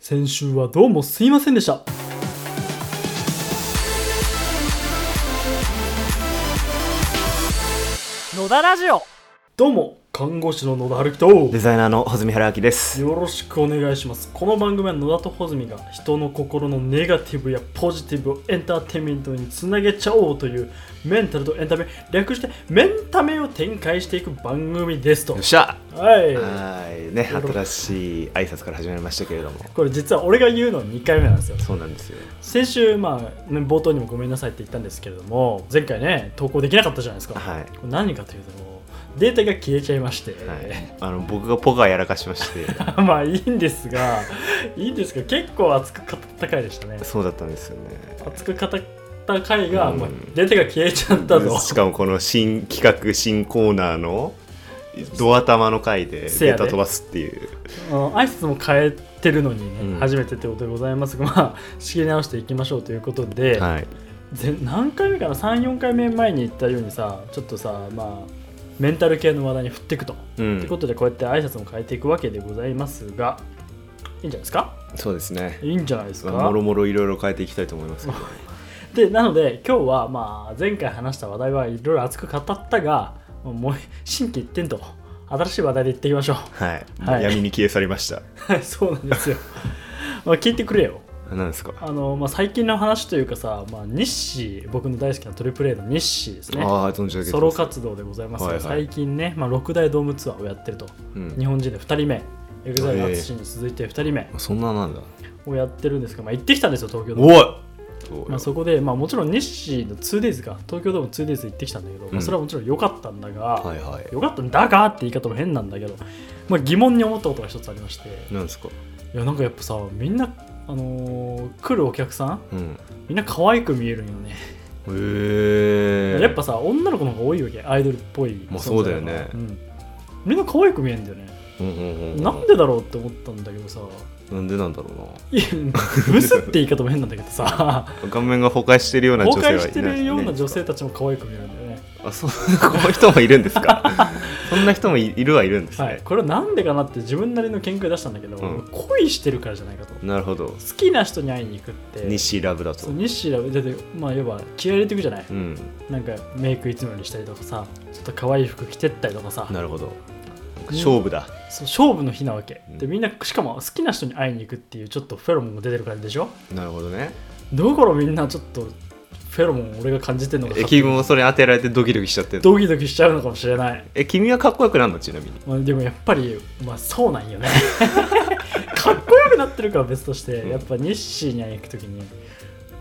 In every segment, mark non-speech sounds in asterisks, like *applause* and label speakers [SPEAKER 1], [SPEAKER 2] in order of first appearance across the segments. [SPEAKER 1] 先週はどうもすいませんでした。
[SPEAKER 2] 野田ラジオ
[SPEAKER 1] どうも、看護師の野田春樹と、
[SPEAKER 3] デザイナーの穂積春明です。
[SPEAKER 1] よろしくお願いします。この番組は野田と穂積が人の心のネガティブやポジティブをエンターテインメントにつなげちゃおうというメンタルとエンタメ、略してメンタメを展開していく番組ですと
[SPEAKER 3] よっ。しゃ
[SPEAKER 1] はい。
[SPEAKER 3] はいね、新しい挨拶から始まりましたけれども、
[SPEAKER 1] これ実は俺が言うのは2回目なんですよ。
[SPEAKER 3] そうなんですよ。
[SPEAKER 1] 先週、まあね、冒頭にもごめんなさいって言ったんですけれども、前回ね、投稿できなかったじゃないですか。
[SPEAKER 3] はい。
[SPEAKER 1] これ何かというと、データが消えちゃいまして、
[SPEAKER 3] はい、あの僕がポカやらかし
[SPEAKER 1] *laughs*
[SPEAKER 3] まして、
[SPEAKER 1] まあいいんですが、いいんですが、結構熱く語った回でしたね。
[SPEAKER 3] そうだったんですよね。
[SPEAKER 1] 熱く語った回が、
[SPEAKER 3] うん
[SPEAKER 1] まあ、出てが消えちゃったと。
[SPEAKER 3] しかもこの新企画、新コーナーのドア玉の回で
[SPEAKER 1] せや
[SPEAKER 3] デー
[SPEAKER 1] で
[SPEAKER 3] タ飛ばすっていう。
[SPEAKER 1] うん *laughs* 挨拶も変えてるのにね、
[SPEAKER 3] うん
[SPEAKER 1] 初めてってことでございますが、まあ、仕切り直していきましょうということで、
[SPEAKER 3] はい。
[SPEAKER 1] ぜ何回目かな、3、4回目前に言ったようにさ、ちょっとさ、まあ、メンタル系の話題に振っていくと。
[SPEAKER 3] う
[SPEAKER 1] というんこ。とで、こうやって挨拶も変えていくわけでございますが、いいんじゃないですか
[SPEAKER 3] そうですね。
[SPEAKER 1] いいんじゃないですか
[SPEAKER 3] もろもろいろいろ変えていきたいと思いますけど。
[SPEAKER 1] でなので今日はまあ前回話した話題はいろいろ熱く語ったがもう新規一転と新しい話題でいっていきましょう
[SPEAKER 3] はい。
[SPEAKER 1] *laughs*
[SPEAKER 3] も
[SPEAKER 1] は
[SPEAKER 3] う
[SPEAKER 1] い
[SPEAKER 3] 闇に消え去りました。
[SPEAKER 1] はいそう *laughs* なんですよまあ聞いてくれよ
[SPEAKER 3] 何ですか。
[SPEAKER 1] あの、まあ、最近の話というかさ、まあ、日誌僕の大好きなトリプル A の日誌ですね
[SPEAKER 3] ああ、存じ上げてま
[SPEAKER 1] *laughs*
[SPEAKER 3] す
[SPEAKER 1] ソロ活動でございますが、
[SPEAKER 3] はいはい
[SPEAKER 1] 最近ね、まあ、6大ドームツアーをやってると
[SPEAKER 3] うん
[SPEAKER 1] 日本人で2人目 EXILE 淳に続いて2人目
[SPEAKER 3] そんななんだ。
[SPEAKER 1] をやってるんですが、まあ、行ってきたんですよ東京ドーム
[SPEAKER 3] おいどうよ
[SPEAKER 1] まあ、そこで、まあ、もちろん日誌の 2days か東京ドーム 2days 行ってきたんだけど、まあ、それはもちろん良かったんだが、
[SPEAKER 3] はいはい。
[SPEAKER 1] 良かったんだがって言い方も変なんだけど、まあ、疑問に思ったことが一つありまして
[SPEAKER 3] なんですか。
[SPEAKER 1] いやなんかやっぱさみんな、あのー来るお客さん
[SPEAKER 3] うん。
[SPEAKER 1] みんな可愛く見えるんよね、
[SPEAKER 3] へえ。
[SPEAKER 1] やっぱさ女の子の方が多いわけアイドルっぽい存
[SPEAKER 3] まあ
[SPEAKER 1] 在
[SPEAKER 3] そうだよね
[SPEAKER 1] うんみんな可愛く見えるんだよね、
[SPEAKER 3] うんうんうん。
[SPEAKER 1] なんでだろうって思ったんだけどさ
[SPEAKER 3] なんでなんだろうない *laughs*
[SPEAKER 1] やブスって言い方も変なんだけどさ
[SPEAKER 3] 顔面が崩壊してるような女性
[SPEAKER 1] 崩
[SPEAKER 3] は
[SPEAKER 1] 壊
[SPEAKER 3] いない
[SPEAKER 1] してるような女性たちも可愛く見えるんだよね
[SPEAKER 3] あそう *laughs* こういう人もいるんです
[SPEAKER 1] *laughs*
[SPEAKER 3] かそんな人もいいるはいるんですね、
[SPEAKER 1] はい、これはなんでかなって自分なりの見解出したんだけど、
[SPEAKER 3] うん
[SPEAKER 1] 恋してるからじゃないかと好
[SPEAKER 3] なるほど
[SPEAKER 1] きな人に会いに行くって
[SPEAKER 3] 西ラブだと
[SPEAKER 1] そう日誌だだってまあ要は気合い入れていくじゃない、
[SPEAKER 3] うん
[SPEAKER 1] なんかメイクいつもよりしたりとかさちょっと可愛い服着てったりとかさ
[SPEAKER 3] なるほど勝負だ、
[SPEAKER 1] そう勝負の日なわけ、
[SPEAKER 3] うん
[SPEAKER 1] でみんなしかも好きな人に会いに行くっていうちょっとフェロモンも出てる感じでしょ
[SPEAKER 3] なるほどね
[SPEAKER 1] だからみんなちょっとフェロモンを俺が感じてるのか
[SPEAKER 3] 駅もそれ当てられてドキドキしちゃってんの
[SPEAKER 1] ドキドキしちゃうのかもしれない、
[SPEAKER 3] え君はかっこよくなるのちなみに
[SPEAKER 1] まあ、でもやっぱり、まあ、そうなんよね *laughs* かっこよくなってるかは別として、
[SPEAKER 3] うん
[SPEAKER 1] やっぱ日誌に行く時に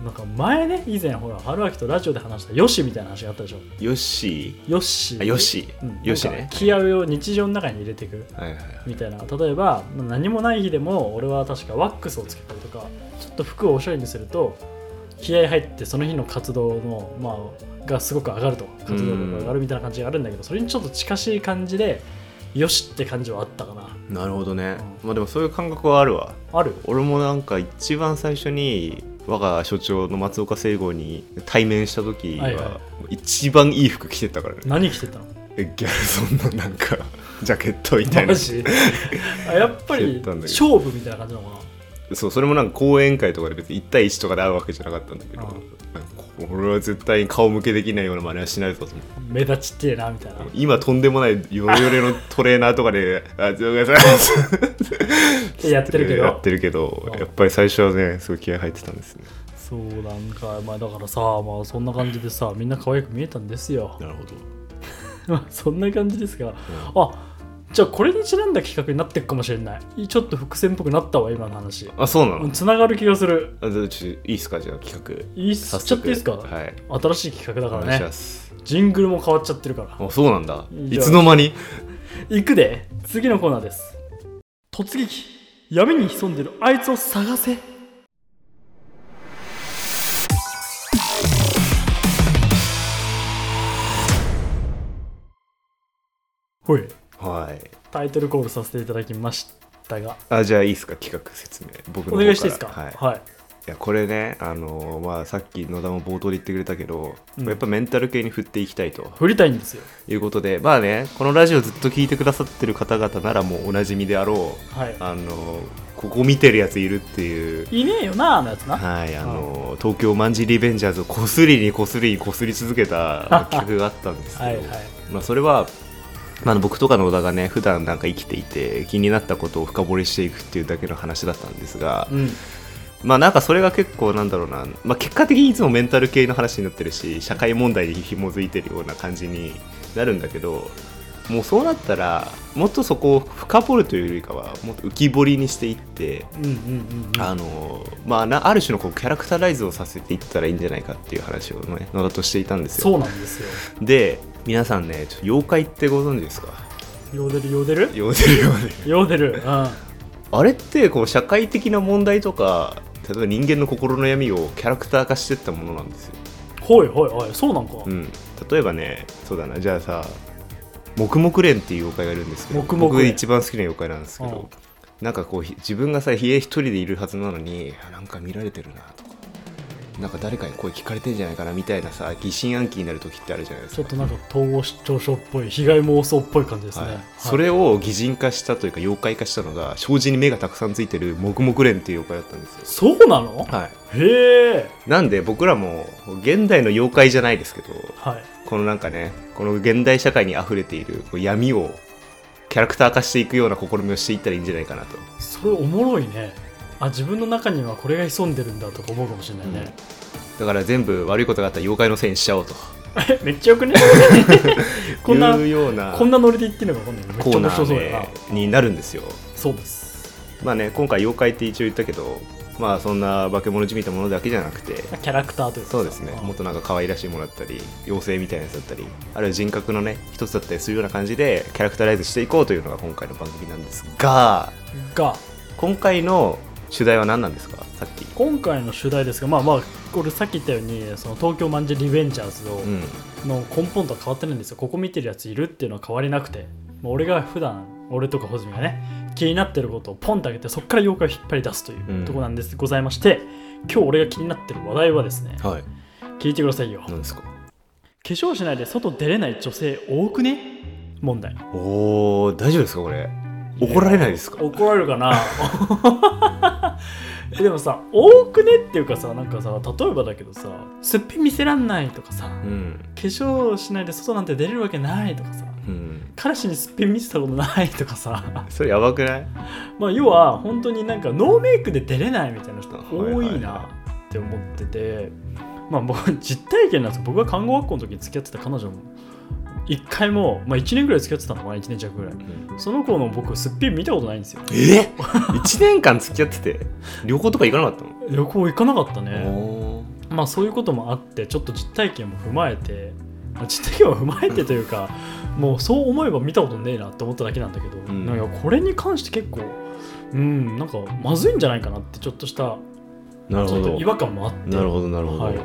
[SPEAKER 1] なんか前ね以前ほら春秋とラジオで話したヨシみたいな話があったでしょ
[SPEAKER 3] ヨッシ
[SPEAKER 1] ヨッシ
[SPEAKER 3] ーあヨッシ
[SPEAKER 1] うん
[SPEAKER 3] ーヨッシー
[SPEAKER 1] なん
[SPEAKER 3] ね
[SPEAKER 1] か気合を日常の中に入れていく
[SPEAKER 3] はいはいはい
[SPEAKER 1] みたいな例えば何もない日でも俺は確かワックスをつけたりとかちょっと服をおしゃれにすると気合入ってその日の活動の、まあ、がすごく上がると活動力が上がるみたいな感じがあるんだけどそれにちょっと近しい感じでよしって感じはあったかな
[SPEAKER 3] なるほどねまあでもそういう感覚はあるわ
[SPEAKER 1] ある
[SPEAKER 3] 俺もなんか一番最初に我が所長の松岡聖吾に対面した時は、
[SPEAKER 1] はいは
[SPEAKER 3] 一番いい服着てったからね
[SPEAKER 1] 何着てたの
[SPEAKER 3] えギャルソンのなんかジャケットみたい
[SPEAKER 1] マ
[SPEAKER 3] な
[SPEAKER 1] ジあやっぱ
[SPEAKER 3] 着
[SPEAKER 1] り
[SPEAKER 3] てたんだけど
[SPEAKER 1] 勝負みたいな感じなのか
[SPEAKER 3] そうそれもなんか講演会とかで別に1対1とかで会うわけじゃなかったんだけど
[SPEAKER 1] あ
[SPEAKER 3] なんかこれは絶対に顔向けできないような真似はしないぞと思って
[SPEAKER 1] な目立ちってえなみたいな
[SPEAKER 3] 今とんでもないヨレヨレのトレーナーとかで「あっごめんなさいます」
[SPEAKER 1] でやってるけど
[SPEAKER 3] やってるけど
[SPEAKER 1] うん
[SPEAKER 3] やっぱり最初はねすごい気合入ってたんですね
[SPEAKER 1] そうなんかまあだからさまあそんな感じでさみんな可愛く見えたんですよ
[SPEAKER 3] なるほど
[SPEAKER 1] まあ *laughs* そんな感じですが、あじゃあこれにちなんだ企画になっていくかもしれないちょっと伏線っぽくなったわ今の話
[SPEAKER 3] あそうなの
[SPEAKER 1] つながる気がする
[SPEAKER 3] あじゃあちょっといいっすかじゃあ企画
[SPEAKER 1] いいっす
[SPEAKER 3] 早速
[SPEAKER 1] ちょっといいですか、
[SPEAKER 3] はい
[SPEAKER 1] 新しい企画
[SPEAKER 3] お
[SPEAKER 1] だか
[SPEAKER 3] 願い
[SPEAKER 1] ら
[SPEAKER 3] し
[SPEAKER 1] ね
[SPEAKER 3] ます
[SPEAKER 1] ジングルも変わっちゃってるから
[SPEAKER 3] あそうなんだ
[SPEAKER 1] い
[SPEAKER 3] い
[SPEAKER 1] や
[SPEAKER 3] つの間に
[SPEAKER 1] 行くで次のコーナーです突撃闇に潜んでるあいつを探せほい
[SPEAKER 3] はい
[SPEAKER 1] タイトルコールさせていただきましたが
[SPEAKER 3] あじゃあいいっすか企画説明僕
[SPEAKER 1] お
[SPEAKER 3] の方から
[SPEAKER 1] 願いしていいですか
[SPEAKER 3] はい
[SPEAKER 1] はい、
[SPEAKER 3] いやこれね、あのまあ、さっき野田も冒頭で言ってくれたけど、
[SPEAKER 1] うん
[SPEAKER 3] やっぱメンタル系に振っていきたいと
[SPEAKER 1] 振りたいんですよ
[SPEAKER 3] いうことでまあねこのラジオずっと聞いてくださってる方々ならもうおなじみであろう
[SPEAKER 1] はい
[SPEAKER 3] あのここ見てるやついるっていう、
[SPEAKER 1] いねえよなーのやつな、
[SPEAKER 3] はい、あの東京マンジリベンジャーズをこすりにこすりにこすり続けた企画があったんですけ
[SPEAKER 1] は
[SPEAKER 3] ど
[SPEAKER 1] いはい
[SPEAKER 3] まあ、それは、まあ、僕とか野田がね普段なんか生きていて気になったことを深掘りしていくっていうだけの話だったんですが、
[SPEAKER 1] うん
[SPEAKER 3] まあなんかそれが結構なんだろうな、まあ、結果的にいつもメンタル系の話になってるし社会問題に紐づいてるような感じになるんだけどもうそうなったらもっとそこを深掘るというよりかはもっと浮き彫りにしていって
[SPEAKER 1] うんうんうんうん
[SPEAKER 3] あのまあ、なある種のこうキャラクターライズをさせていったらいいんじゃないかっていう話を、ね、野田としていたんですよ
[SPEAKER 1] そうなんですよ
[SPEAKER 3] で皆さんねちょっと妖怪ってご存知ですか
[SPEAKER 1] ヨーデルヨーデル
[SPEAKER 3] 妖怪妖怪
[SPEAKER 1] ヨーデルうん
[SPEAKER 3] *laughs* あれってこう社会的な問題とか例えば人間の心の闇をキャラクター化していったものなんですよ、
[SPEAKER 1] ほいほいほいそうなんか、
[SPEAKER 3] うん、例えばねそうだなじゃあさ黙々連っていう妖怪がいるんですけど
[SPEAKER 1] 黙々
[SPEAKER 3] 僕
[SPEAKER 1] 連
[SPEAKER 3] 一番好きな妖怪なんですけど、なんかこうひ自分がさ家一人でいるはずなのになんか見られてるなとかなんか誰かに声聞かれてんじゃないかなみたいなさ疑心暗鬼になる時ってあるじゃないです
[SPEAKER 1] ちょ
[SPEAKER 3] か
[SPEAKER 1] っとなんか統合失調症っぽい被害妄想っぽい感じですね、
[SPEAKER 3] はい
[SPEAKER 1] はい
[SPEAKER 3] それを擬人化したというか妖怪化したのが障子に目がたくさんついてる黙々連っていう妖怪だったんですよ、
[SPEAKER 1] そうなの、
[SPEAKER 3] は
[SPEAKER 1] へ
[SPEAKER 3] い、
[SPEAKER 1] え
[SPEAKER 3] なんで僕らも現代の妖怪じゃないですけど
[SPEAKER 1] はい
[SPEAKER 3] このなんかねこの現代社会に溢れているこう闇をキャラクター化していくような試みをしていったらいいんじゃないかなと、
[SPEAKER 1] それおもろいねあ自分の中にはこれが潜んでるんだとか思うかもしれないね、
[SPEAKER 3] だから全部悪いことがあったら妖怪のせいにしちゃおうと
[SPEAKER 1] え *laughs* めっちゃよく
[SPEAKER 3] *laughs*
[SPEAKER 1] ねこんな
[SPEAKER 3] いうような
[SPEAKER 1] こんなノリで言ってるのか分かんないけど
[SPEAKER 3] コ
[SPEAKER 1] めっち
[SPEAKER 3] ー
[SPEAKER 1] ゃ面白
[SPEAKER 3] ナー
[SPEAKER 1] そうだな、
[SPEAKER 3] ねになるんですよ
[SPEAKER 1] そうです
[SPEAKER 3] まあね今回妖怪って一応言ったけどまあそんな化け物じみたものだけじゃなくて
[SPEAKER 1] キャラクターというか
[SPEAKER 3] そうですね
[SPEAKER 1] あ
[SPEAKER 3] もっとなんか可愛らしいものだったり妖精みたいなやつだったりあるいは人格のね一つだったりするような感じでキャラクターライズしていこうというのが今回の番組なんですが
[SPEAKER 1] が
[SPEAKER 3] 今回の主題は何なんですかさっき
[SPEAKER 1] 今回の主題ですがまあまあこれさっき言ったようにその東京マンジェリベンジャーズを、
[SPEAKER 3] うん
[SPEAKER 1] の根本とは変わってないんですよここ見てるやついるっていうのは変わりなくてもう俺が普段俺とかホズミがね気になってることをポンと上げてそこから妖怪を引っ張り出すという、
[SPEAKER 3] うん
[SPEAKER 1] ところなんですございまして今日俺が気になってる話題はですね
[SPEAKER 3] はい
[SPEAKER 1] 聞いてくださいよ化
[SPEAKER 3] 何ですか
[SPEAKER 1] 粧しないで外出れない女性多くね問題
[SPEAKER 3] おお大丈夫ですかこれ怒られないですか
[SPEAKER 1] 怒られるかなえ *laughs* でもさ多くねっていうかさなんかさ例えばだけどさすっぴん見せらんないとかさ
[SPEAKER 3] うん
[SPEAKER 1] 化粧しないで外なんて出れるわけないとかさ
[SPEAKER 3] うん
[SPEAKER 1] 彼氏にすっぴん見せたことないとかさ *laughs*
[SPEAKER 3] それやばくない
[SPEAKER 1] まあ要は本当になんかノーメイクで出れないみたいな人多
[SPEAKER 3] はいはいいはい
[SPEAKER 1] なって思っててまあ僕実体験なんですよ僕が看護学校の時に付き合ってた彼女も一回も、まあ、1年ぐらい付き合ってたのかな1年弱ぐらいその子の僕すっぴん見たことないんですよ
[SPEAKER 3] え *laughs* 一年間付き合ってて旅行とか行かなかったの
[SPEAKER 1] 旅行行かなかったね
[SPEAKER 3] お
[SPEAKER 1] まあそういうこともあってちょっと実体験も踏まえてまあ実体験を踏まえてというか *laughs* もうそう思えば見たことねえなって思っただけなんだけど、
[SPEAKER 3] ん
[SPEAKER 1] なんかこれに関して結構うんなんかまずいんじゃないかなってちょっとした
[SPEAKER 3] ーなる
[SPEAKER 1] ち
[SPEAKER 3] ほ
[SPEAKER 1] ょっと
[SPEAKER 3] ど
[SPEAKER 1] 違和感もあって
[SPEAKER 3] なるほどなるほど、
[SPEAKER 1] はい、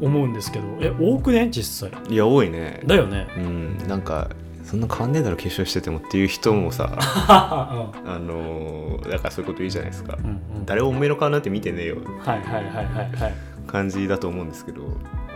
[SPEAKER 1] 思うんですけどえ多くね実際
[SPEAKER 3] いや多いね
[SPEAKER 1] だよ
[SPEAKER 3] *laughs*
[SPEAKER 1] ね
[SPEAKER 3] うんなんかそんな変わんねえだろ化粧しててもっていう人も *laughs* さあのーだからそういうこと言うじゃないですか
[SPEAKER 1] うんうん
[SPEAKER 3] 誰もおめえの顔なんて見てねえよ
[SPEAKER 1] はいはいはいはいはい
[SPEAKER 3] 感じだと思うんですけど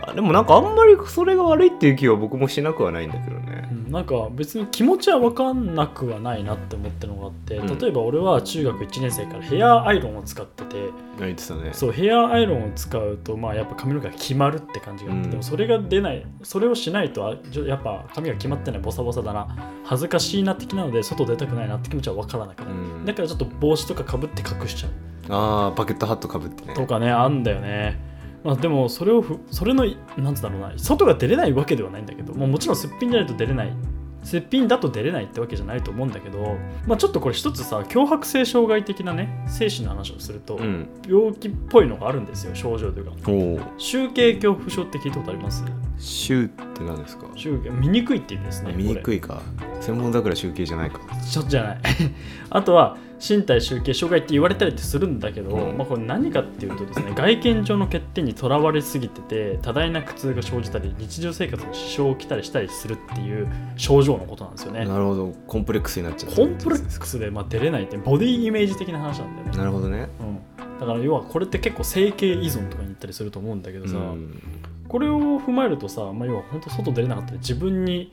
[SPEAKER 3] あでもなんかあんまりそれが悪いっていう気は僕もしなくはないんだけどね
[SPEAKER 1] うんなんか別に気持ちは分かんなくはないなって思ったのがあって、
[SPEAKER 3] うん
[SPEAKER 1] 例えば俺は中学1年生からヘアアイロンを使ってて、
[SPEAKER 3] 言ってたね
[SPEAKER 1] そうヘアアイロンを使うとまあやっぱ髪の毛が決まるって感じがあって、
[SPEAKER 3] うん
[SPEAKER 1] でもそれが出ないそれをしないとあじゃやっぱ髪が決まってないボサボサだな恥ずかしいな的なので外出たくないなって気持ちは分からなくなる、
[SPEAKER 3] ん
[SPEAKER 1] だからちょっと帽子とかかぶって隠しちゃう
[SPEAKER 3] ああバケットハットかぶってね
[SPEAKER 1] とかねあんだよね、まあ、でもそれをふそれのなんつうんだろうな外が出れないわけではないんだけどもうもちろんすっぴんじゃないと出れないすっぴんだと出れないってわけじゃないと思うんだけど、まあ、ちょっとこれ一つさ強迫性障害的なね精神の話をすると、
[SPEAKER 3] うん
[SPEAKER 1] 病気っぽいのがあるんですよ症状というか
[SPEAKER 3] おお
[SPEAKER 1] 集計恐怖症って聞いたことあります
[SPEAKER 3] 集って何ですか
[SPEAKER 1] 集計見にくいって意味ですね
[SPEAKER 3] 見に
[SPEAKER 1] これ
[SPEAKER 3] くいか専門だから集計じゃないか
[SPEAKER 1] ちょっとじゃない *laughs* あとは身体集計障害って言われたりってするんだけど、
[SPEAKER 3] うん
[SPEAKER 1] まあ、これ何かっていうとですね外見上の欠点にとらわれすぎてて多大な苦痛が生じたり日常生活に支障をきたりしたりするっていう症状のことなんですよね
[SPEAKER 3] なるほどコンプレックスになっちゃった
[SPEAKER 1] コンプレックスでまあ出れないってボディイメージ的な話なんだよね、
[SPEAKER 3] なるほどね
[SPEAKER 1] うん、だから要はこれって結構整形依存とかに行ったりすると思うんだけどさ、
[SPEAKER 3] うん
[SPEAKER 1] これを踏まえるとさ、まあ、要は本当外出れなかったり自分に、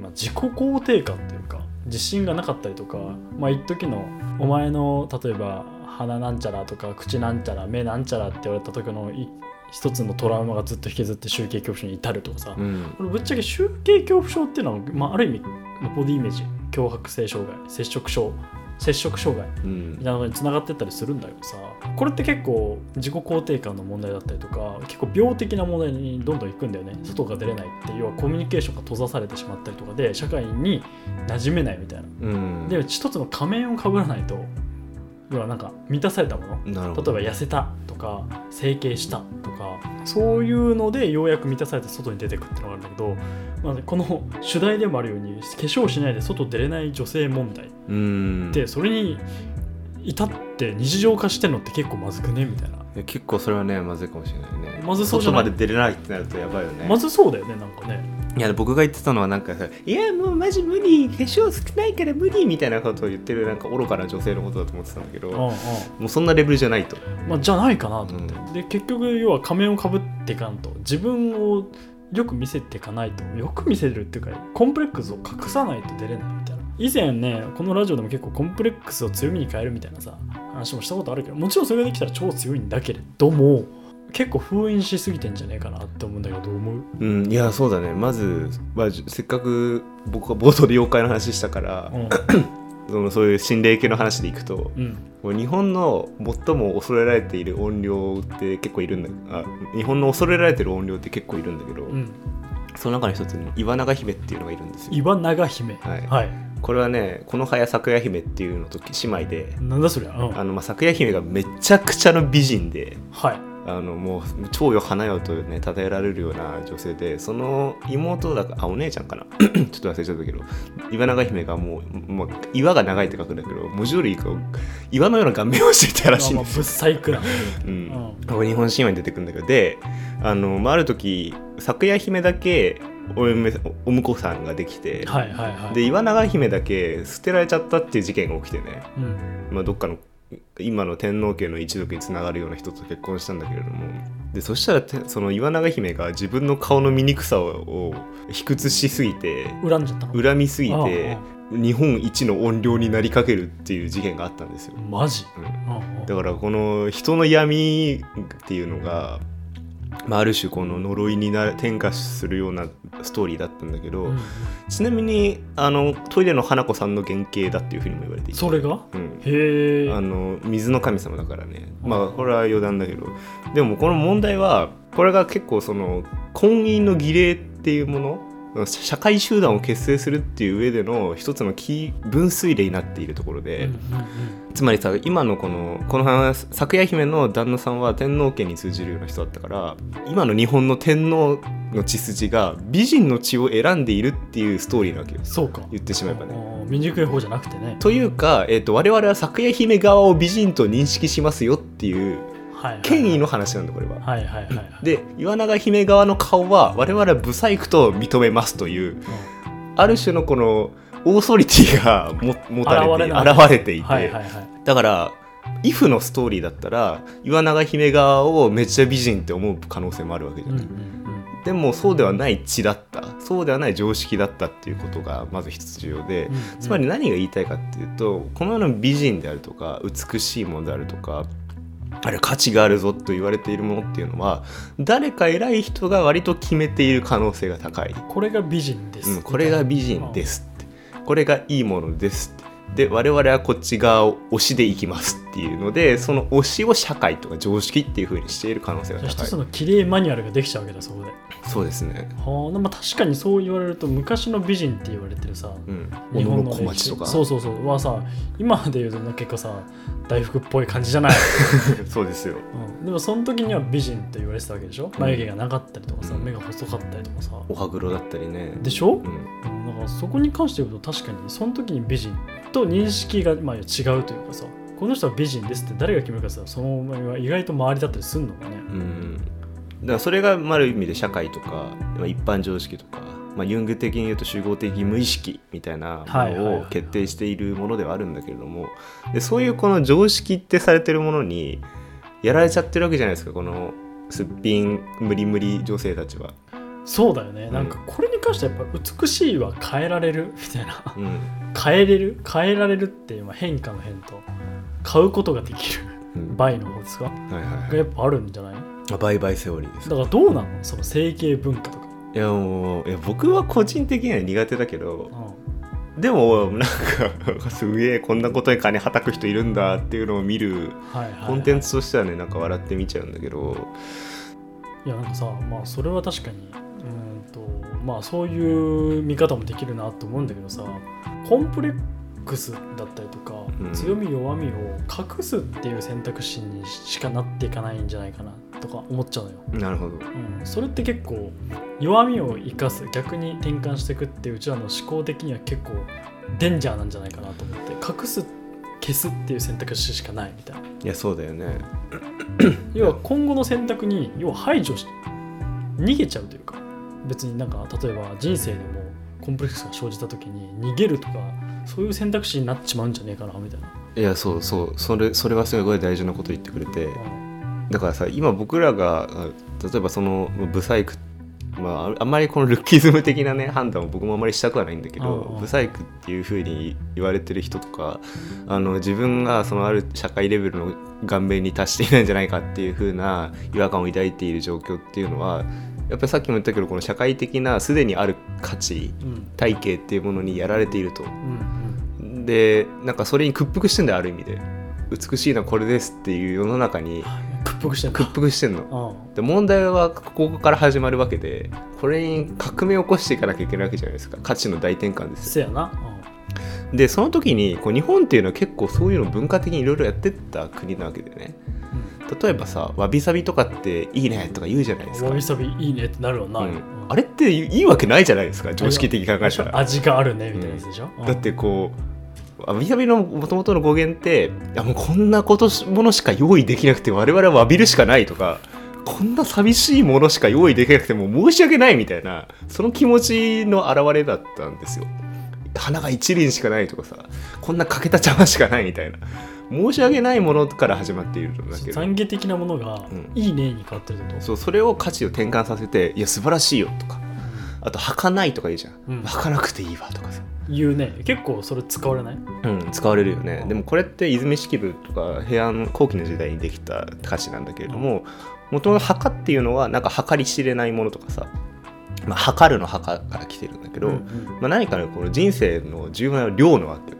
[SPEAKER 1] まあ、自己肯定感というか自信がなかったりとか、まあ、一時のお前の例えば鼻なんちゃらとか口なんちゃら目なんちゃらって言われた時のい一つのトラウマがずっと引きずって集計恐怖症に至るとかさ、
[SPEAKER 3] うん
[SPEAKER 1] これぶっちゃけ集計恐怖症っていうのは、まあ、ある意味まあボディイメージ強迫性障害接触症接触障害
[SPEAKER 3] う
[SPEAKER 1] み
[SPEAKER 3] ん
[SPEAKER 1] たいなのに繋がってったりするんだけどさこれって結構自己肯定感の問題だったりとか結構病的な問題にどんどん行くんだよね外が出れないって要はコミュニケーションが閉ざされてしまったりとかで社会に馴染めないみたいな
[SPEAKER 3] うん
[SPEAKER 1] で一つの仮面をかぶらないと要はなんか満たされたもの
[SPEAKER 3] なる
[SPEAKER 1] 例
[SPEAKER 3] ほ
[SPEAKER 1] え
[SPEAKER 3] ど
[SPEAKER 1] ば痩せたとか整形したとかそういうのでようやく満たされて外に出てくってのがあるんだけど、まあ、この主題でもあるように化粧しないで外出れない女性問題
[SPEAKER 3] うん
[SPEAKER 1] でそれに至って日常化してんのって結構まずくねみたいな
[SPEAKER 3] 結構それはねまずいかもしれないね
[SPEAKER 1] まずそうじゃない
[SPEAKER 3] 外まで出れないってなるとやばいよね
[SPEAKER 1] まずそうだよねなんかね
[SPEAKER 3] いや僕が言ってたのはなんかさ「いやもうマジ無理化粧少ないから無理」みたいなことを言ってるなんか愚かな女性のことだと思ってたんだけど
[SPEAKER 1] うん
[SPEAKER 3] も
[SPEAKER 1] う
[SPEAKER 3] うそんなレベルじゃないと
[SPEAKER 1] んまあじゃないかなと思って、で結局要は仮面をかぶっていかんと自分をよく見せていかないとよく見せるっていうかコンプレックスを隠さないと出れないみたいな以前ねこのラジオでも結構コンプレックスを強みに変えるみたいなさ話もしたことあるけどもちろんそれができたら超強いんだけれども結構封印しすぎてんじゃねえかなって思うんだけどどう思う
[SPEAKER 3] うんいやそうだねまず、まあ、じせっかく僕は冒頭で妖怪の話したから、そのそういう心霊系の話でいくと
[SPEAKER 1] うん、うん
[SPEAKER 3] こう日本の最も恐れられている音量って結構いるんだあ日本の恐れられてる音量って結構いるんだけど、
[SPEAKER 1] うん
[SPEAKER 3] その中の一つに岩永姫っていうのがいるんですよ
[SPEAKER 1] 岩長姫
[SPEAKER 3] はい
[SPEAKER 1] はい、
[SPEAKER 3] これはねこの葉や桜姫っていうのと姉妹で
[SPEAKER 1] なんだそりゃ、うん、
[SPEAKER 3] あのまあ、桜姫がめちゃくちゃの美人で
[SPEAKER 1] はい
[SPEAKER 3] あのもう蝶よ花よとね称えられるような女性でその妹だかあお姉ちゃんかなちょっと忘れちゃったけど岩永姫がもう、まあ、岩が長いって書くんだけど文字よりこう岩のような顔面をしていたらしいん
[SPEAKER 1] まあま
[SPEAKER 3] で
[SPEAKER 1] あ
[SPEAKER 3] す
[SPEAKER 1] ぶっ細
[SPEAKER 3] *laughs*
[SPEAKER 1] 工な
[SPEAKER 3] うん、これ日本神話に出てくるんだけどであの、まあ、ある時桜姫だけお嫁お婿さんができて、
[SPEAKER 1] はいはいはい
[SPEAKER 3] で岩永姫だけ捨てられちゃったっていう事件が起きてね
[SPEAKER 1] うん、
[SPEAKER 3] まあ、どっかの今の天皇家の一族につながるような人と結婚したんだけれどもでそしたらてその岩永姫が自分の顔の醜さをを卑屈しすぎて
[SPEAKER 1] 恨んじゃったの
[SPEAKER 3] 恨みすぎて
[SPEAKER 1] あ
[SPEAKER 3] 日本一の怨霊になりかけるっていう事件があったんですよ。
[SPEAKER 1] マジ、
[SPEAKER 3] うん
[SPEAKER 1] うんうん
[SPEAKER 3] だからこの人の闇っていうのが、まあ、ある種この呪いにな転化するようなストーリーだったんだけど、
[SPEAKER 1] うんうん
[SPEAKER 3] ちなみにあのトイレの花子さんの原型だっていうふうにも言われていて
[SPEAKER 1] それが
[SPEAKER 3] うん、
[SPEAKER 1] へえ
[SPEAKER 3] あの水の神様だからね
[SPEAKER 1] うん
[SPEAKER 3] まあこれは余談だけどでもこの問題はこれが結構その婚姻の儀礼っていうもの社社会集団を結成するっていう上での一つのキー分水嶺になっているところで、つまりさ今のこのこの話桜姫の旦那さんは天皇家に通じるような人だったから今の日本の天皇の血筋が美人の血を選んでいるっていうストーリーなわけよ
[SPEAKER 1] そうか
[SPEAKER 3] 言ってしまえばね。
[SPEAKER 1] ああ醜い方じゃなくてね
[SPEAKER 3] というか、えー、と我々は桜姫側を美人と認識しますよっていう
[SPEAKER 1] はいはい
[SPEAKER 3] 権威の話なんだこれは。
[SPEAKER 1] はいはいはいはい
[SPEAKER 3] で岩永姫側の顔は我々は不細工と認めますというある種のこのオーソリティがも持たれて
[SPEAKER 1] 現れない
[SPEAKER 3] 現れてい
[SPEAKER 1] うん
[SPEAKER 3] て、
[SPEAKER 1] はいはいはい
[SPEAKER 3] だから「イフ」のストーリーだったら岩永姫側をめっちゃ美人って思う可能性もあるわけじ
[SPEAKER 1] う
[SPEAKER 3] ゃ
[SPEAKER 1] んう
[SPEAKER 3] ない、
[SPEAKER 1] ん
[SPEAKER 3] でもそうではない血だったそうではない常識だったっていうことがまず一つ重要で、
[SPEAKER 1] うん
[SPEAKER 3] つまり何が言いたいかっていうとこの世の美人であるとか美しいものであるとかあるいは価値があるぞと言われているものっていうのは誰か偉い人が割と決めている可能性が高い、
[SPEAKER 1] これが美人です、
[SPEAKER 3] うん、これが美人ですってこれがいいものですってで我々はこっち側を推しでいきますっていうのでその推しを社会とか常識っていうふうにしている可能性が
[SPEAKER 1] じゃあ
[SPEAKER 3] 高
[SPEAKER 1] 一
[SPEAKER 3] い
[SPEAKER 1] つの綺麗マニュアルができちゃうわけだそこで
[SPEAKER 3] そうですね
[SPEAKER 1] はあ、まあ、確かにそう言われると昔の美人って言われてるさ
[SPEAKER 3] うん
[SPEAKER 1] 日本の
[SPEAKER 3] 小
[SPEAKER 1] 歴
[SPEAKER 3] 町
[SPEAKER 1] 史
[SPEAKER 3] とか
[SPEAKER 1] そうそうそうはさ今で言うとなんか結構さ大福っぽい感じじゃ
[SPEAKER 3] *laughs*
[SPEAKER 1] ない、
[SPEAKER 3] そうですよ
[SPEAKER 1] うん、でもその時には美人って言われてたわけでしょ
[SPEAKER 3] ん
[SPEAKER 1] 眉毛がなかったりとかさ、
[SPEAKER 3] うん
[SPEAKER 1] 目が細かったりとかさ
[SPEAKER 3] お歯黒だったりね
[SPEAKER 1] でしょ、
[SPEAKER 3] うん
[SPEAKER 1] うんだからそこに関して言うと確かにその時に美人と認識が、まあ、違うというかさこの人は美人ですって誰が決めるかさその場合は意外と周りだったりすんのかね
[SPEAKER 3] うん、だからそれがまあある意味で社会とかまあ一般常識とか、まあ、ユング的に言うと集合的無意識みたいなも
[SPEAKER 1] はいはい
[SPEAKER 3] の
[SPEAKER 1] は
[SPEAKER 3] を
[SPEAKER 1] い
[SPEAKER 3] 決定しているものではあるんだけれどもでそういうこの常識ってされてるものにやられちゃってるわけじゃないですかこのすっぴん無理無理女性たちは、
[SPEAKER 1] そうだよね、
[SPEAKER 3] うん
[SPEAKER 1] なんかこれに関してはやっぱ美しいは変えられるみたいな
[SPEAKER 3] うん
[SPEAKER 1] 変えれる変えられるっていうまあ変化の変と買うことができる
[SPEAKER 3] うん
[SPEAKER 1] 倍の方ですか
[SPEAKER 3] はいはい
[SPEAKER 1] が
[SPEAKER 3] は
[SPEAKER 1] や
[SPEAKER 3] い
[SPEAKER 1] っぱあるんじゃないだ
[SPEAKER 3] あバイバイセオリーです
[SPEAKER 1] からどうなのその整形文化とか、
[SPEAKER 3] いやもういや僕は個人的には苦手だけど
[SPEAKER 1] う
[SPEAKER 3] でもなんか *laughs* すげえこんなことに金はたく人いるんだっていうのを見る
[SPEAKER 1] んはいはいはい
[SPEAKER 3] コンテンツとしてはねなんか笑って見ちゃうんだけど
[SPEAKER 1] いやなんかさまあそれは確かにうーんとまあそういう見方もできるなと思うんだけどさコンプレックスだったりとか、
[SPEAKER 3] うん
[SPEAKER 1] 強み弱みを隠すっていう選択肢にしかなっていかないんじゃないかなとか思っちゃうのよ、
[SPEAKER 3] なるほど
[SPEAKER 1] うん、それって結構弱みを生かす逆に転換していくっていううちらの思考的には結構デンジャーなんじゃないかなと思って隠す消すっていう選択肢しかないみたいない
[SPEAKER 3] やそうだよね
[SPEAKER 1] 要は今後の選択に要は排除し逃げちゃうというか別になんか例えば人生でもコンプレックスが生じた時に逃げるとかそういう選択肢になっちまうんじゃねえかなみたいな、
[SPEAKER 3] いやそうそうそれそれはすごい大事なこと言ってくれて
[SPEAKER 1] うん
[SPEAKER 3] だからさ今僕らがあ例えばそのブサイクまあ、あんまりこのルッキズム的なね判断を僕もあんまりしたくはないんだけ
[SPEAKER 1] うん
[SPEAKER 3] ど
[SPEAKER 1] うん
[SPEAKER 3] ブサイクっていうふうに言われてる人とかあの自分がそのある社会レベルの顔面に達していないんじゃないかっていうふうな違和感を抱いている状況っていうのはやっぱりさっきも言ったけどこの社会的なすでにある価値
[SPEAKER 1] うん
[SPEAKER 3] 体系っていうものにやられていると
[SPEAKER 1] うんうん
[SPEAKER 3] でなんかそれに屈服してんだよある意味で美しいのはこれですっていう世の中に
[SPEAKER 1] 屈服してんだ
[SPEAKER 3] 屈服してんの
[SPEAKER 1] うん
[SPEAKER 3] で問題はここから始まるわけでこれに革命を起こしていかなきゃいけないわけじゃないですか価値の大転換です
[SPEAKER 1] せやな、
[SPEAKER 3] でその時にこう日本っていうのは結構そういうの文化的にいろいろやってった国なわけでね
[SPEAKER 1] うん
[SPEAKER 3] 例えばさわびさびとかっていいねとか言うじゃないです
[SPEAKER 1] うん、
[SPEAKER 3] か、
[SPEAKER 1] わびさびいいねってなるわな、
[SPEAKER 3] うんあれっていいわけないじゃないですか常識的に考えたら
[SPEAKER 1] 味があるねみたいなやつでしょ、うん
[SPEAKER 3] だってこうわびさびのもともとの語源っていやもうこんなことしものしか用意できなくて我々はわびるしかないとかこんな寂しいものしか用意できなくてもう申し訳ないみたいなその気持ちの表れだったんですよ。花が一輪しかないとかさこんな欠けた茶碗しかないみたいな申し訳ないものから始まっているんだけど
[SPEAKER 1] 懺悔的なものが
[SPEAKER 3] うん
[SPEAKER 1] いいねに変わってるってこと、
[SPEAKER 3] そうそれを価値を転換させて「いや素晴らしいよ」とかあと「儚い」とか言うじゃん
[SPEAKER 1] うん
[SPEAKER 3] 「儚くていいわ」とかさ
[SPEAKER 1] 言うね結構それ使われない
[SPEAKER 3] うん、使われるよねでもこれって泉式部とか平安後期の時代にできた歌詞なんだけれどももともと墓っていうのはなんか計り知れないものとかさ、まあ、測るの墓から来てるんだけど、
[SPEAKER 1] うんうん
[SPEAKER 3] まあ、何かのこの人生の重要な量のわけよ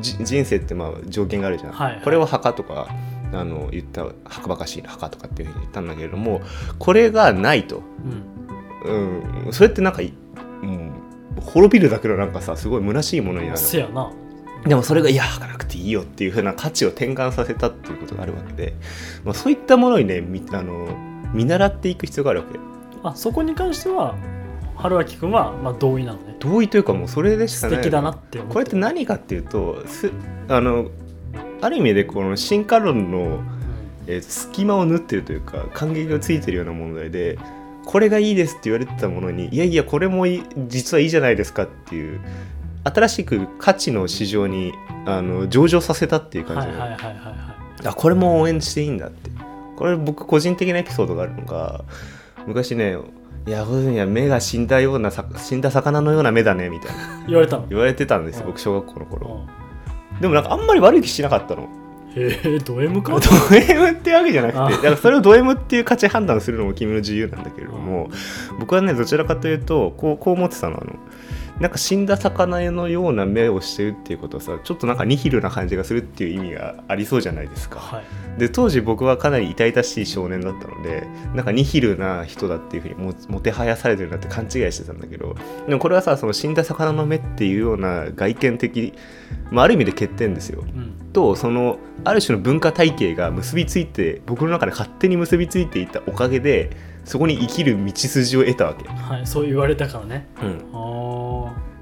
[SPEAKER 3] じ人生ってまあ条件があるじゃん、
[SPEAKER 1] はいはい
[SPEAKER 3] これを墓とかあの言ったはかばかしいの墓とかっていうふうに言ったんだけれどもこれがないと、
[SPEAKER 1] うん
[SPEAKER 3] うん、それってなんかい、うん、滅びるだけのなんかさすごい虚しいものになる
[SPEAKER 1] せやな
[SPEAKER 3] でもそれがいや吐かなくていいよっていう風な価値を転換させたっていうことがあるわけで、まあ、そういったものにねみあの見習っていく必要があるわけ
[SPEAKER 1] あそこに関しては春明君はまあ同意なのね
[SPEAKER 3] 同意というかもうそれでしか
[SPEAKER 1] 素
[SPEAKER 3] ない
[SPEAKER 1] 敵だなって思
[SPEAKER 3] これって何かっていうとすあのある意味でこの進化論の、えー隙間を縫ってるというか感激がついてるような問題でこれがいいですって言われてたものにいやいやこれもいい実はいいじゃないですかっていう新しく価値の市場にあの上場させたっていう
[SPEAKER 1] うん
[SPEAKER 3] 感
[SPEAKER 1] はい
[SPEAKER 3] じ、
[SPEAKER 1] はいはいはいは
[SPEAKER 3] あこれも応援していいんだってこれ僕個人的なエピソードがあるのが昔ねいやこういうふうには目が死んだようなさ死んだ魚のような目だねみたいない
[SPEAKER 1] 言われたの
[SPEAKER 3] 言われてたんです
[SPEAKER 1] う
[SPEAKER 3] よ
[SPEAKER 1] ん
[SPEAKER 3] 僕小学校の頃
[SPEAKER 1] う
[SPEAKER 3] でもなんかあんまり悪い気しなかったの
[SPEAKER 1] んへえド M か
[SPEAKER 3] ド M ってわけじゃな
[SPEAKER 1] あ
[SPEAKER 3] くてだからそれをド M っていう価値判断するのも君の自由なんだけれども僕はねどちらかというとこうこう思ってたのあのなんか死んだ魚のような目をしてるっていうことはさちょっとなんかニヒルな感じがするっていう意味がありそうじゃないですか。
[SPEAKER 1] はい
[SPEAKER 3] で当時僕はかなり痛々しい少年だったのでなんかニヒルな人だっていうふうにももてはやされてるなって勘違いしてたんだけどでもこれはさその死んだ魚の目っていうような外見的、まあ、ある意味で欠点ですよ
[SPEAKER 1] うん
[SPEAKER 3] とそのある種の文化体系が結びついて僕の中で勝手に結びついていたおかげでそこに生きる道筋を得たわけ、
[SPEAKER 1] はいそう言われたからね
[SPEAKER 3] うん、
[SPEAKER 1] あ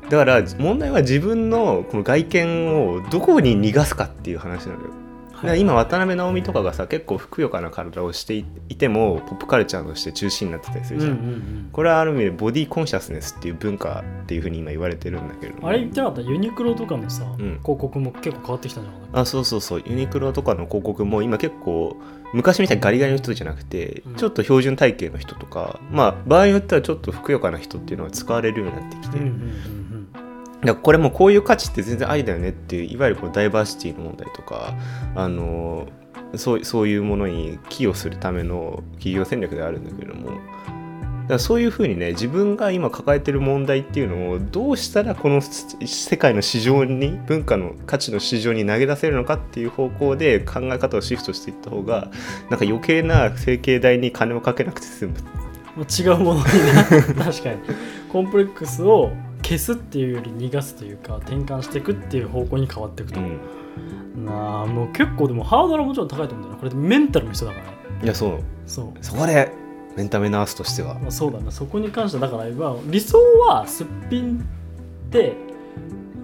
[SPEAKER 1] ー
[SPEAKER 3] だから問題は自分のこの外見をどこに逃がすかっていう話なの
[SPEAKER 1] は
[SPEAKER 3] よ
[SPEAKER 1] いはい
[SPEAKER 3] ら今渡辺直美とかがさ結構ふくよかな体をしていいてもポップカルチャーとして中心になってたりす
[SPEAKER 1] う
[SPEAKER 3] る
[SPEAKER 1] ん
[SPEAKER 3] じ
[SPEAKER 1] う
[SPEAKER 3] ゃ
[SPEAKER 1] ん
[SPEAKER 3] ん、
[SPEAKER 1] うん
[SPEAKER 3] これはある意味でボディコンシャスネスっていう文化っていうふうに今言われてるんだけれども
[SPEAKER 1] あれ言ってなかったユニクロとかのさ、
[SPEAKER 3] ん
[SPEAKER 1] 広告も結構変わってきたんじゃなかったっ
[SPEAKER 3] あそうそうそうユニクロとかの広告も今結構昔みたいにガリガリの人じゃなくて、
[SPEAKER 1] うん
[SPEAKER 3] ちょっと標準体型の人とかまあ場合によってはちょっとふくよかな人っていうのが使われるようになってきて、
[SPEAKER 1] け、うんうんうん
[SPEAKER 3] だからこれもこういう価値って全然ありだよねっていういわゆるこうダイバーシティの問題とかあのそうそういうものに寄与するための企業戦略ではあるんだけれども。だからそういうふうにね自分が今抱えてる問題っていうのをどうしたらこのす世界の市場に文化の価値の市場に投げ出せるのかっていう方向で考え方をシフトしていった方がなんか余計な整形代に金をかけなくて済む
[SPEAKER 1] もう違うものにな *laughs* 確かにコンプレックスを消すっていうより逃がすというか転換していくっていう方向に変わっていくと、
[SPEAKER 3] うん
[SPEAKER 1] なあもう結構でもハードルはもちろん高いと思うんだよなこれでメンタルも必要だからね
[SPEAKER 3] いやそう
[SPEAKER 1] そう
[SPEAKER 3] そこでメンタメナースとしては
[SPEAKER 1] まあ、そうだなそこに関してはだからまあ理想はすっぴんって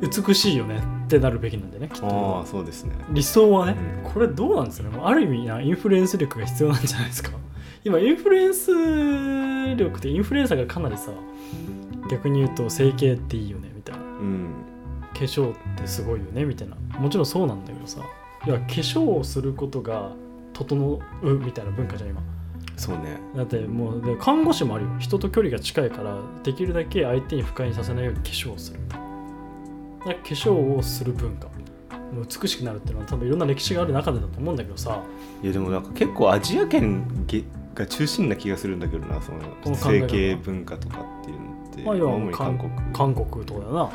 [SPEAKER 1] 美しいよねってなるべきなんだよねきっと
[SPEAKER 3] そうですね
[SPEAKER 1] 理想はねこれどうなんですかねもうある意味なインフルエンス力が必要なんじゃないですか *laughs* 今インフルエンス力ってインフルエンサーがかなりさ逆に言うと整形っていいよねみたいな
[SPEAKER 3] うん
[SPEAKER 1] 化粧ってすごいよねみたいなもちろんそうなんだけどさいや化粧をすることが整うみたいな文化じゃん今
[SPEAKER 3] そうね
[SPEAKER 1] だってもうで看護師もあるよ人と距離が近いからできるだけ相手に不快にさせないように化粧をするだから化粧をする文化もう美しくなるっていうのは多分いろんな歴史がある中でだと思うんだけどさ
[SPEAKER 3] いやでもなんか結構アジア圏げが中心な気がするんだけどなそ
[SPEAKER 1] こ
[SPEAKER 3] の
[SPEAKER 1] の考え
[SPEAKER 3] 整
[SPEAKER 1] 方
[SPEAKER 3] 形文化とかっていうのって、
[SPEAKER 1] まあ要は
[SPEAKER 3] 主に韓国
[SPEAKER 1] 韓国とかだよ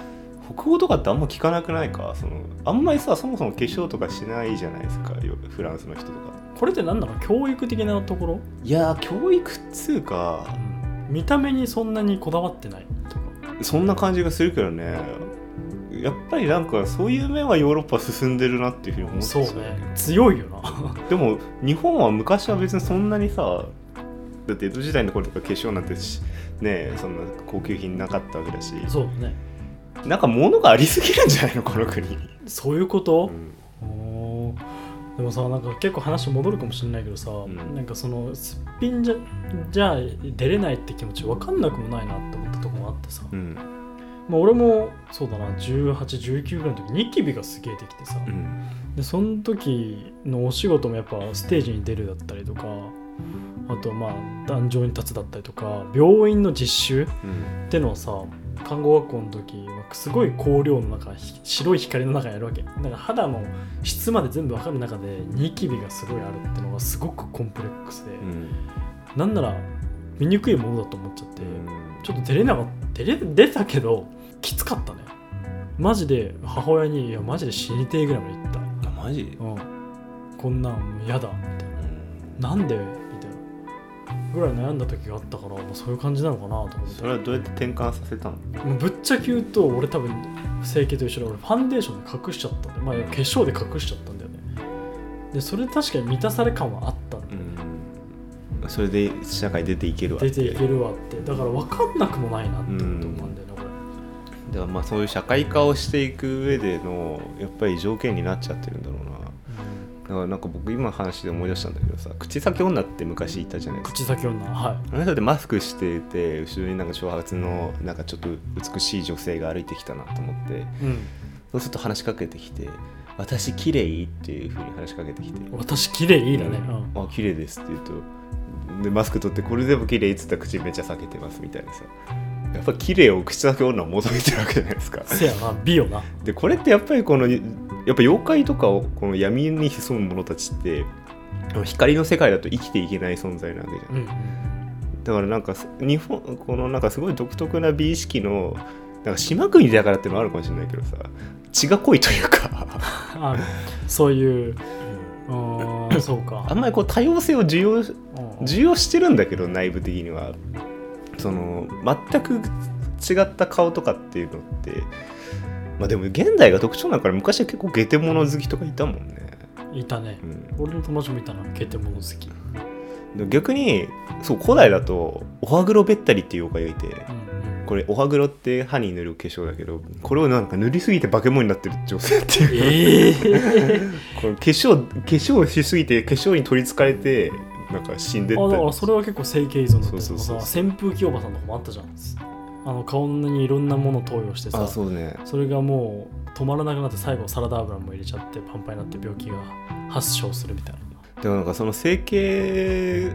[SPEAKER 3] 北欧とかってあんま聞かなくないかそのあんまりさそもそも化粧とかしないじゃないですかよフランスの人とか
[SPEAKER 1] なこれって何なの教育的なところ、
[SPEAKER 3] いやー教育っつうか
[SPEAKER 1] 見た目にそんなにこだわってないとか
[SPEAKER 3] そんな感じがするけどねやっぱりなんかそういう面はヨーロッパ進んでるなっていうふうに思ってた
[SPEAKER 1] そうね強いよな
[SPEAKER 3] でも日本は昔は別にそんなにさだって江戸時代の頃とか化粧なんてしねえそんな高級品なかったわけだし
[SPEAKER 1] そうだね
[SPEAKER 3] なんか物がありすぎるんじゃないのこの国、
[SPEAKER 1] そういうこ
[SPEAKER 3] う
[SPEAKER 1] と、
[SPEAKER 3] ん
[SPEAKER 1] おーでもさなんか結構話戻るかもしれないけどさ、
[SPEAKER 3] ん
[SPEAKER 1] なんかそのすっぴんじゃじゃ出れないって気持ち分かんなくもないなって思ったとこもあってさ、
[SPEAKER 3] うん
[SPEAKER 1] まあ、俺もそうだな1819ぐらいの時ニキビがすげえできてさ、
[SPEAKER 3] うん
[SPEAKER 1] でその時のお仕事もやっぱステージに出るだったりとかあとはまあ壇上に立つだったりとか病院の実習
[SPEAKER 3] うん
[SPEAKER 1] ってのをさ看護学校の時すごい光量の中ひ白い光の中やるわけなんか肌の質まで全部わかる中でニキビがすごいあるってのがすごくコンプレックスで、
[SPEAKER 3] うん
[SPEAKER 1] なんなら見にくいものだと思っちゃって、
[SPEAKER 3] うん
[SPEAKER 1] ちょっと出れなかった出れ出たけどきつかったねマジで母親に「いやマジで死にてえ」ぐらいまで言った
[SPEAKER 3] あマジ、
[SPEAKER 1] うん、こんなんもう嫌だみたい
[SPEAKER 3] うん
[SPEAKER 1] ななんでみたいなぐらい悩んだ時があったから、まあ、そういう感じなのかなと思って
[SPEAKER 3] それはどうやって転換させたの
[SPEAKER 1] もうぶっちゃけ言うと俺多分整形と一緒で俺ファンデーションで隠しちゃったんで、まあ、化粧で隠しちゃったんだよねでそれ確かに満たされ感はあったんで
[SPEAKER 3] うんそれで社会出ていけるわ
[SPEAKER 1] 出ていけるわってだから分かんなくもないなって思ったんだよねこれ
[SPEAKER 3] だからまあそういう社会化をしていく上でのやっぱり条件になっちゃってるんだろうなだからなんか僕今の話で思い出したんだけどさ口先女って昔いたじゃないですか
[SPEAKER 1] 口先女はい
[SPEAKER 3] あの人ってマスクしてて後ろになんか長髪のなんかちょっと美しい女性が歩いてきたなと思って
[SPEAKER 1] うん
[SPEAKER 3] そうすると話しかけてきて「私綺麗っていうふうに話しかけてきて
[SPEAKER 1] 私綺麗いいだね、
[SPEAKER 3] 「あ綺麗です」って言うとでマスク取って「これでも綺麗っつったら口めっちゃ裂けてますみたいなさやっぱ綺麗を口先女は求めてるわけじゃないですか
[SPEAKER 1] うん、せやな美よな
[SPEAKER 3] でこれってやっぱりこのやっぱ妖怪とかをこの闇に潜む者たちって光の世界だと生きていけない存在なわけじゃん
[SPEAKER 1] うんうん
[SPEAKER 3] だからなんかす日本このなんかすごい独特な美意識のなんか島国だからっていうのもあるかもしれないけどさ血が濃いというか
[SPEAKER 1] あそういうう *coughs* ーんそうか
[SPEAKER 3] あんまりこう多様性を需要
[SPEAKER 1] うん
[SPEAKER 3] 需要してるんだけど内部的にはその全く違った顔とかっていうのってまあでも現代が特徴だから昔は結構ゲテモノ好きとかいたもんね、
[SPEAKER 1] いたね
[SPEAKER 3] うん、
[SPEAKER 1] 俺の友達もいたなゲテモノ好き、う
[SPEAKER 3] でも逆にそう古代だとお歯黒べったりっていう妖怪がいて
[SPEAKER 1] んうん、
[SPEAKER 3] ここれおはぐろって歯に塗る化粧だけどこれをなんか塗りすぎて化け物になってる女性っていう
[SPEAKER 1] え *laughs* え
[SPEAKER 3] これ化粧化粧しすぎて化粧に取りつかれてなんか死んでった
[SPEAKER 1] あだか
[SPEAKER 3] り
[SPEAKER 1] らそれは結構整形依存だったり
[SPEAKER 3] そ
[SPEAKER 1] と
[SPEAKER 3] う
[SPEAKER 1] か
[SPEAKER 3] そう
[SPEAKER 1] さ
[SPEAKER 3] そ
[SPEAKER 1] 扇風機おばさんとかもあったじゃんあの顔にいろんなもの投与してさ
[SPEAKER 3] あそうね
[SPEAKER 1] それがもう止まらなくなって最後サラダ油も入れちゃってパンパンになって病気が発症するみたいな
[SPEAKER 3] でもなんかその整形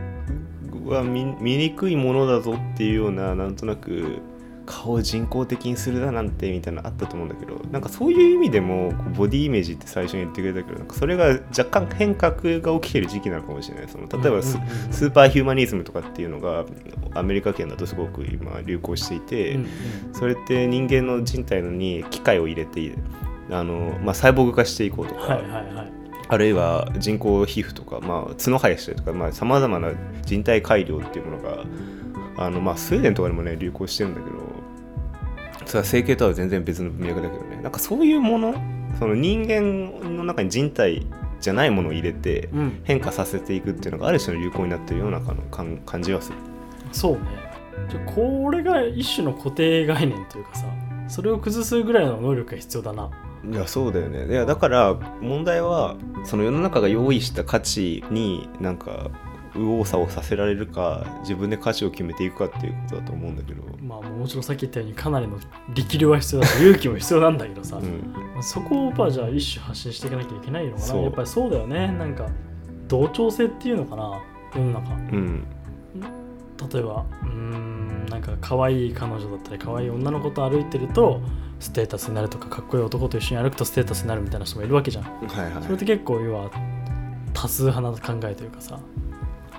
[SPEAKER 3] は見醜いものだぞっていうようななんとなく顔を人工的にするだなんてみたいなのあったと思うんだけどなんかそういう意味でもこうボディイメージって最初に言ってくれたけどなんかそれが若干変革が起きてる時期なのかもしれないその例えばス,、
[SPEAKER 1] うんうんうん
[SPEAKER 3] スーパーヒューマニズムとかっていうのがアメリカ圏だとすごく今流行していて、
[SPEAKER 1] うんうん
[SPEAKER 3] それって人間の人体のに機械を入れてあの、まあ、細胞化していこうとか、
[SPEAKER 1] はいはいはい
[SPEAKER 3] あるいは人工皮膚とか、まあ、角生やしたりとかさまざ、まな人体改良っていうものがあの、まあ、スウェーデンとかでもね流行してるんだけどそれは整形とは全然別の文脈だけどねなんかそういうものその人間の中に人体じゃないものを入れて
[SPEAKER 1] うん
[SPEAKER 3] 変化させていくっていうのがある種の流行になってるようなかの感感じはする。
[SPEAKER 1] そうねじゃあこれが一種の固定概念というかさそれを崩すぐらいの能力が必要だない
[SPEAKER 3] やそうだよねいやだから問題はその世の中が用意した価値になんか右往左往させられるか自分で価値を決めていくかっていうことだと思うんだけど、
[SPEAKER 1] まあもちろんさっき言ったようにかなりの力量は必要だし勇気も必要なんだけどさ、
[SPEAKER 3] うん、
[SPEAKER 1] そこをやっぱじゃあ一種発信していかなきゃいけないのかな
[SPEAKER 3] そう
[SPEAKER 1] やっぱりそうだよねなんか同調性っていうのかな世の中
[SPEAKER 3] うん、
[SPEAKER 1] 例えばうーんなんか可愛い彼女だったり可愛い女の子と歩いてるとステータスになるとかかっこいい男と一緒に歩くとステータスになるみたいな人がいるわけじゃん
[SPEAKER 3] はいはい
[SPEAKER 1] それって結構要は多数派な考えというかさ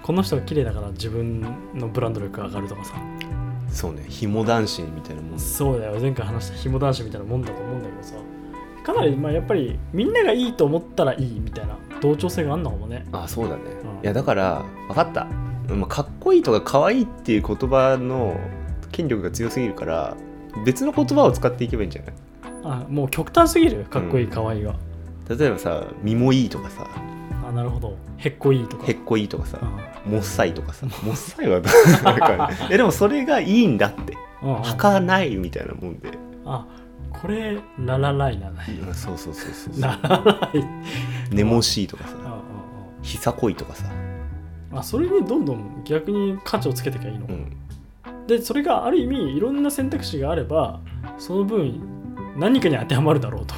[SPEAKER 1] この人が綺麗だから自分のブランド力が上がるとかさ
[SPEAKER 3] そうね紐男子みたいなもん
[SPEAKER 1] そうだよ前回話した紐男子みたいなもんだと思うんだけどさかなりまあやっぱりみんながいいと思ったらいいみたいな同調性があんのかもね
[SPEAKER 3] あそうだね、
[SPEAKER 1] うん
[SPEAKER 3] いやだから分かった、まあ、かっこいいとか可愛いっていう言葉の権力が強すぎるから別の言葉を使っていけばいいんじゃない
[SPEAKER 1] あもう極端すぎるかっこいい
[SPEAKER 3] うん
[SPEAKER 1] 可愛いが、
[SPEAKER 3] 例えばさ「身もいい」とかさ
[SPEAKER 1] あなるほどへっこいいと
[SPEAKER 3] 「
[SPEAKER 1] か
[SPEAKER 3] へっこいい」とかさ、
[SPEAKER 1] う
[SPEAKER 3] もっさいとかさ、もっさいはどう *laughs* なんかね、えでもそれがいいんだって、
[SPEAKER 1] んうんうん
[SPEAKER 3] はかないみたいなもんで、
[SPEAKER 1] あこれララライな *laughs* ね
[SPEAKER 3] うんそうそうそうそうそう、
[SPEAKER 1] ララライ
[SPEAKER 3] ねもしいとか
[SPEAKER 1] うんう
[SPEAKER 3] さ、
[SPEAKER 1] ん
[SPEAKER 3] ひさこいとかさ、
[SPEAKER 1] うんあそれにどんどん逆に価値をつけていけばいいの
[SPEAKER 3] う
[SPEAKER 1] か、
[SPEAKER 3] ん、
[SPEAKER 1] でそれがある意味いろんな選択肢があればその分何かに当てはまるだろうと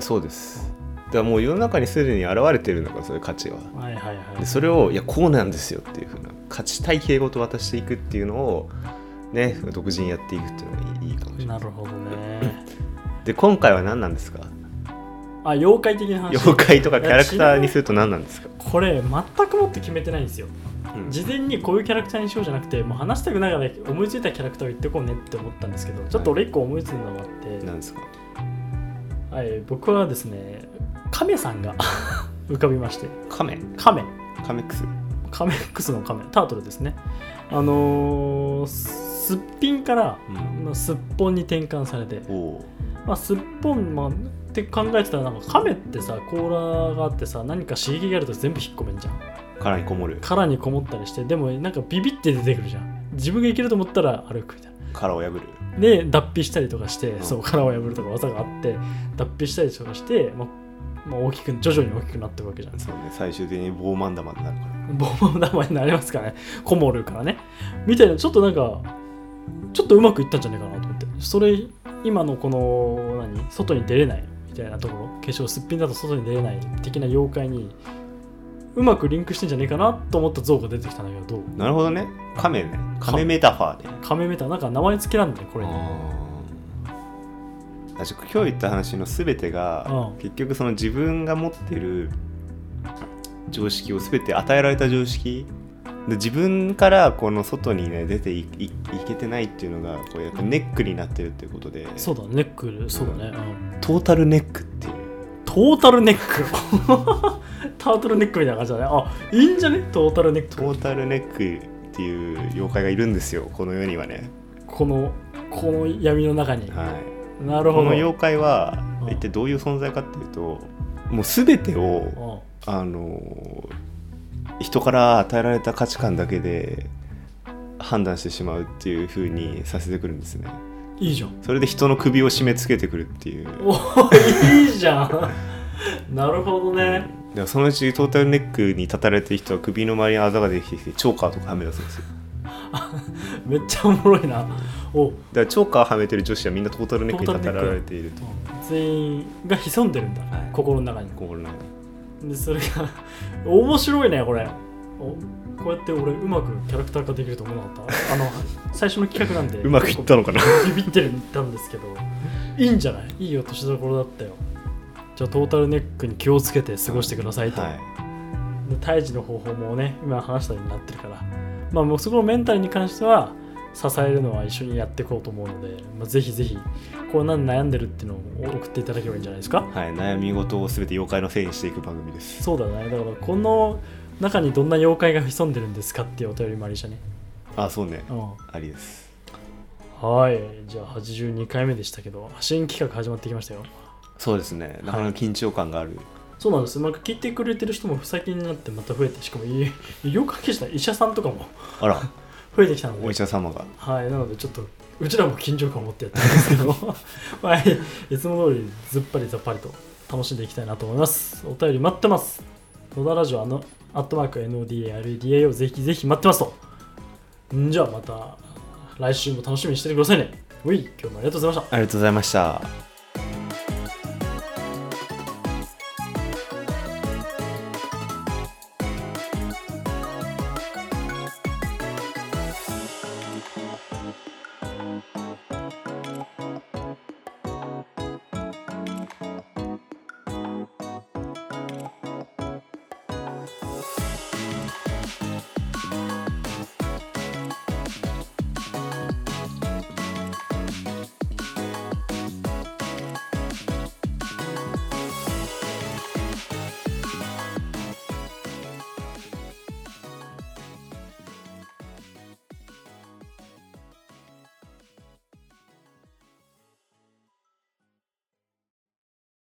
[SPEAKER 3] そうです。だからもう世の中にすでに現れてるのか、そういう価値は。
[SPEAKER 1] はいはいは
[SPEAKER 3] で
[SPEAKER 1] い
[SPEAKER 3] それを、いや、こうなんですよっていうふうな、価値体系ごと渡していくっていうのを、ね、独自にやっていくっていうのがいいかもしれない。
[SPEAKER 1] なるほどね
[SPEAKER 3] で、今回は何なんですか
[SPEAKER 1] あ妖怪的な話
[SPEAKER 3] 妖怪とかキャラクターにすると何なんですか、
[SPEAKER 1] これ全くもって決めてないんですよ
[SPEAKER 3] うん
[SPEAKER 1] 事前にこういうキャラクターにしようじゃなくてもう話したくないから思いついたキャラクターを言ってこうねって思ったんですけどちょっと俺一個思いついたのがあって、
[SPEAKER 3] なんですか
[SPEAKER 1] はい、僕はですね亀さんが *laughs* 浮かびまして
[SPEAKER 3] カメ
[SPEAKER 1] 亀
[SPEAKER 3] カメックス
[SPEAKER 1] カメックスの亀タートルですねあのーすすっぴんから、
[SPEAKER 3] うん
[SPEAKER 1] まあ、すっぽんに転換されて、
[SPEAKER 3] おお
[SPEAKER 1] まあ、すっぽん、まあ、って考えてたらなんか亀ってさ甲羅があってさ何か刺激があると全部引っ込めんじゃん
[SPEAKER 3] 殻にこもる
[SPEAKER 1] 殻にこもったりしてでもなんかビビって出てくるじゃん自分がいけると思ったら歩くみたいな
[SPEAKER 3] 殻を破る
[SPEAKER 1] で脱皮したりとかして、
[SPEAKER 3] ん
[SPEAKER 1] そう殻を破るとか技があって脱皮したりとかして、ままあ、大きく徐々に大きくなっていくわけじゃん
[SPEAKER 3] そうね最終的にボーマンダマになるから
[SPEAKER 1] ボンボン玉になりますかねこもるからねみたいなちょっとなんかちょっとうまくいったんじゃないかなと思ってそれ今のこの何外に出れないみたいなところ化粧すっぴんだと外に出れない的な妖怪にうまくリンクしてんじゃないかなと思った像が出てきたんだけどどう
[SPEAKER 3] なるほどねカメねカメメタファーで
[SPEAKER 1] カメメタなんか名前付けなんだよこれに
[SPEAKER 3] あじゃあ今日言った話の全てが
[SPEAKER 1] うん
[SPEAKER 3] 結局その自分が持ってる常識を全て与えられた常識で自分からこの外にね出ていいいけてないっていうのがこうやっぱネックになってるっていうことで
[SPEAKER 1] そうだねネックそうだね、うん
[SPEAKER 3] トータルネックっていう
[SPEAKER 1] トータルネッ *laughs* クタートルネックみたいな感じだねあいいんじゃねトータルネック
[SPEAKER 3] トータルネックっていう妖怪がいるんですよこの世にはね
[SPEAKER 1] このこの闇の中に
[SPEAKER 3] はい
[SPEAKER 1] なる
[SPEAKER 3] こ
[SPEAKER 1] ほど
[SPEAKER 3] の妖怪は
[SPEAKER 1] うん
[SPEAKER 3] 一体どういう存在かっていうともう全てを
[SPEAKER 1] うん
[SPEAKER 3] あの人から与えられた価値観だけで判断してしまうっていう風にさせてくるんですね
[SPEAKER 1] いいじゃん *laughs*
[SPEAKER 3] それで人の首を締め付けてくるっていう
[SPEAKER 1] おーいいじゃん *laughs* なるほどね
[SPEAKER 3] でもそのうちトータルネックに立たれてる人は首の周りにあざができてきてチョーカーとかはめ出すんですよ
[SPEAKER 1] めっちゃおもろいなお
[SPEAKER 3] だからチョーカーはめてる女子はみんなトータルネックに立たられていると
[SPEAKER 1] 全員が潜んでるんだ、
[SPEAKER 3] はい
[SPEAKER 1] 心の中に
[SPEAKER 3] 心の中に
[SPEAKER 1] でそれが面白いねこれおこうやって俺うまくキャラクター化できると思わなかったあの最初の企画なんで
[SPEAKER 3] うまくいったの
[SPEAKER 1] *laughs*
[SPEAKER 3] かな
[SPEAKER 1] ビビってるんだんですけどいいんじゃないいい落としどころだったよじゃあトータルネックに気をつけて過ごしてくださいと、
[SPEAKER 3] はい
[SPEAKER 1] で退治の方法もね今話したようになってるからまあもうそこのメンタルに関しては支えるのは一緒にやっていこうと思うので、まあ、ぜひぜひこんなん悩んでるっていうのを送っていただければいいんじゃないですか
[SPEAKER 3] はい、悩み事を全て妖怪のせいにしていく番組です
[SPEAKER 1] そうだねだからこの中にどんな妖怪が潜んでるんですかっていうお便りもありじゃね
[SPEAKER 3] あそうね
[SPEAKER 1] うん
[SPEAKER 3] ありです
[SPEAKER 1] はいじゃあ82回目でしたけど新企画始まってきましたよ
[SPEAKER 3] そうですねなかなか緊張感がある、
[SPEAKER 1] そうなんですなんか聞いてくれてる人も最近になってまた増えてしかもいい医療関係者医者さんとかも
[SPEAKER 3] あら
[SPEAKER 1] 増えてきたので
[SPEAKER 3] お医者様が
[SPEAKER 1] はい、なのでちょっとうちらも緊張感を持ってやってるんですけど、 *laughs* はい、いつも通りずっぱりざっぱりと楽しんでいきたいなと思います。お便り待ってます。野田ラジオあのアットマーク NODARDA をぜひぜひ待ってますと。んじゃあまた来週も楽しみにしててくださいね。うい、今日もありがとうございました。
[SPEAKER 3] ありがとうございました